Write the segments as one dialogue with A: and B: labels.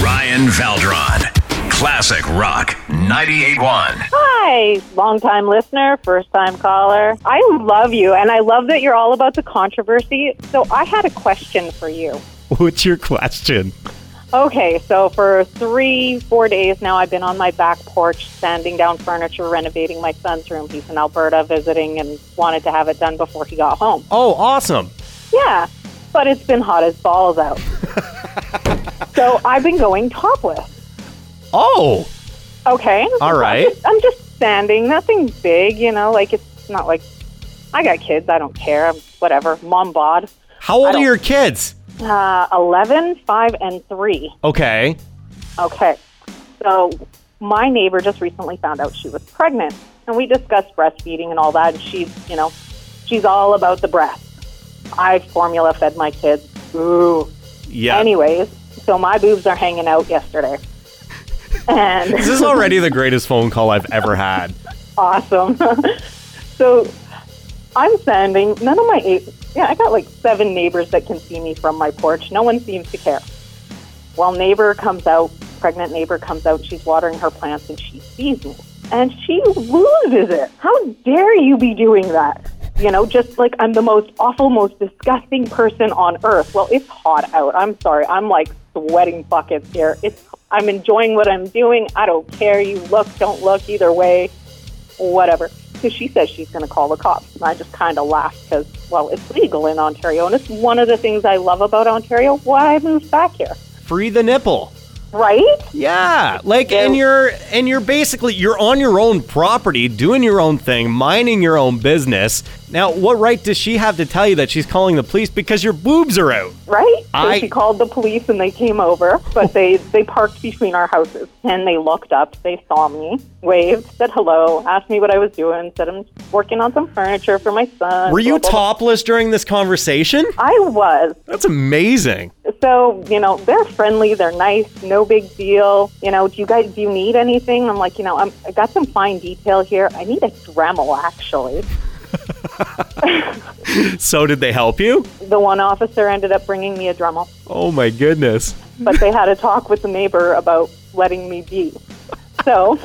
A: Ryan Valdron. Classic Rock 98.1.
B: Hi, longtime listener, first time caller. I love you, and I love that you're all about the controversy. So I had a question for you.
C: What's your question?
B: Okay, so for three, four days now, I've been on my back porch sanding down furniture, renovating my son's room. He's in Alberta visiting and wanted to have it done before he got home.
C: Oh, awesome.
B: Yeah, but it's been hot as balls out. so I've been going topless.
C: Oh,
B: Okay.
C: all right.
B: I'm just sanding, nothing big, you know, like it's not like I got kids, I don't care, I'm- whatever, mom bod.
C: How old are
B: don't-
C: your kids?
B: Uh, 11, 5, and 3.
C: Okay.
B: Okay. So my neighbor just recently found out she was pregnant, and we discussed breastfeeding and all that. And she's, you know, she's all about the breast. I formula fed my kids. Ooh.
C: Yeah.
B: Anyways, so my boobs are hanging out yesterday. And
C: This is already the greatest phone call I've ever had.
B: awesome. so I'm sending none of my eight. Yeah, I got like seven neighbors that can see me from my porch. No one seems to care. Well, neighbor comes out, pregnant neighbor comes out. She's watering her plants and she sees me and she loses it. How dare you be doing that? You know, just like I'm the most awful, most disgusting person on earth. Well, it's hot out. I'm sorry. I'm like sweating buckets here. It's I'm enjoying what I'm doing. I don't care. You look, don't look, either way whatever. So she says she's going to call the cops. And I just kind of laughed because, well, it's legal in Ontario. And it's one of the things I love about Ontario, why I moved back here.
C: Free the nipple.
B: Right?
C: Yeah, like and you're and you're basically you're on your own property, doing your own thing, minding your own business. Now, what right does she have to tell you that she's calling the police because your boobs are out?
B: Right? So
C: I-
B: she called the police and they came over, but they, they parked between our houses. And they looked up, they saw me, waved, said hello, asked me what I was doing, said I'm working on some furniture for my son.
C: Were
B: blah,
C: you
B: blah, blah.
C: topless during this conversation?
B: I was.
C: That's amazing.
B: so you know they're friendly they're nice no big deal you know do you guys do you need anything i'm like you know I'm, i got some fine detail here i need a dremel actually
C: So did they help you?
B: the one officer ended up bringing me a dremel
C: Oh my goodness.
B: but they had a talk with the neighbor about letting me be so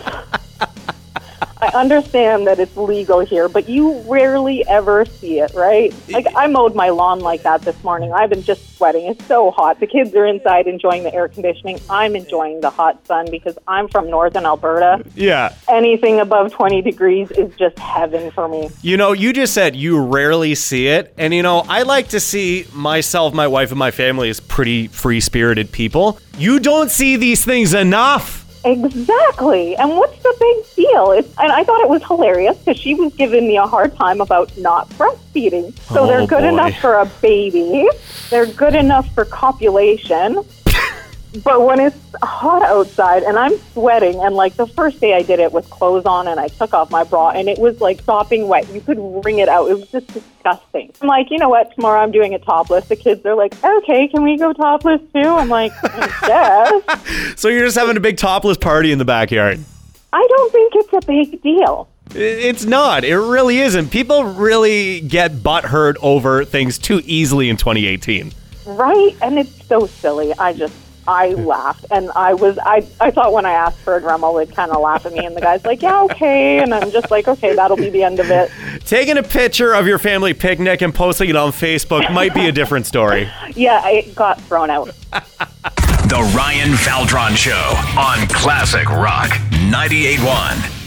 B: i understand that it's legal here but you rarely ever see it right like i mowed my lawn like that this morning i've been just sweating it's so hot the kids are inside enjoying the air conditioning i'm enjoying the hot sun because i'm from northern alberta
C: Yeah.
B: anything above 20 degrees is just heaven for me.
C: You know, you just said you rarely see it. And, you know, I like to see myself, my wife, and my family as pretty free spirited people. You don't see these things enough.
B: Exactly. And what's the big deal? It's, and I thought it was hilarious because she was giving me a hard time about not breastfeeding. So
C: Oh,
B: they're good
C: boy.
B: enough for a baby, they're good enough for copulation. But when it's hot outside and I'm sweating, and like the first day I did it with clothes on and I took off my bra and it was like sopping wet. You could wring it out. It was just disgusting. I'm like, you know what? Tomorrow I'm doing it topless. The kids are like, okay, can we go topless too? I'm like, yes.
C: So you're just having a big topless party in the backyard.
B: I don't think it's a big deal.
C: I- It's not. It really isn't. People really get butthurt over things too easily in 2018.
B: Right? And it's so silly. I just I laughed and I was I I thought when I asked for a Dremel they'd kinda laugh at me and the guy's like, Yeah, okay and I'm just like, Okay, that'll be the end of it.
C: Taking a picture of your family picnic and posting it on Facebook might be a different story.
B: Yeah, it got thrown out.
A: The Ryan Valdron Show on Classic Rock 98.1.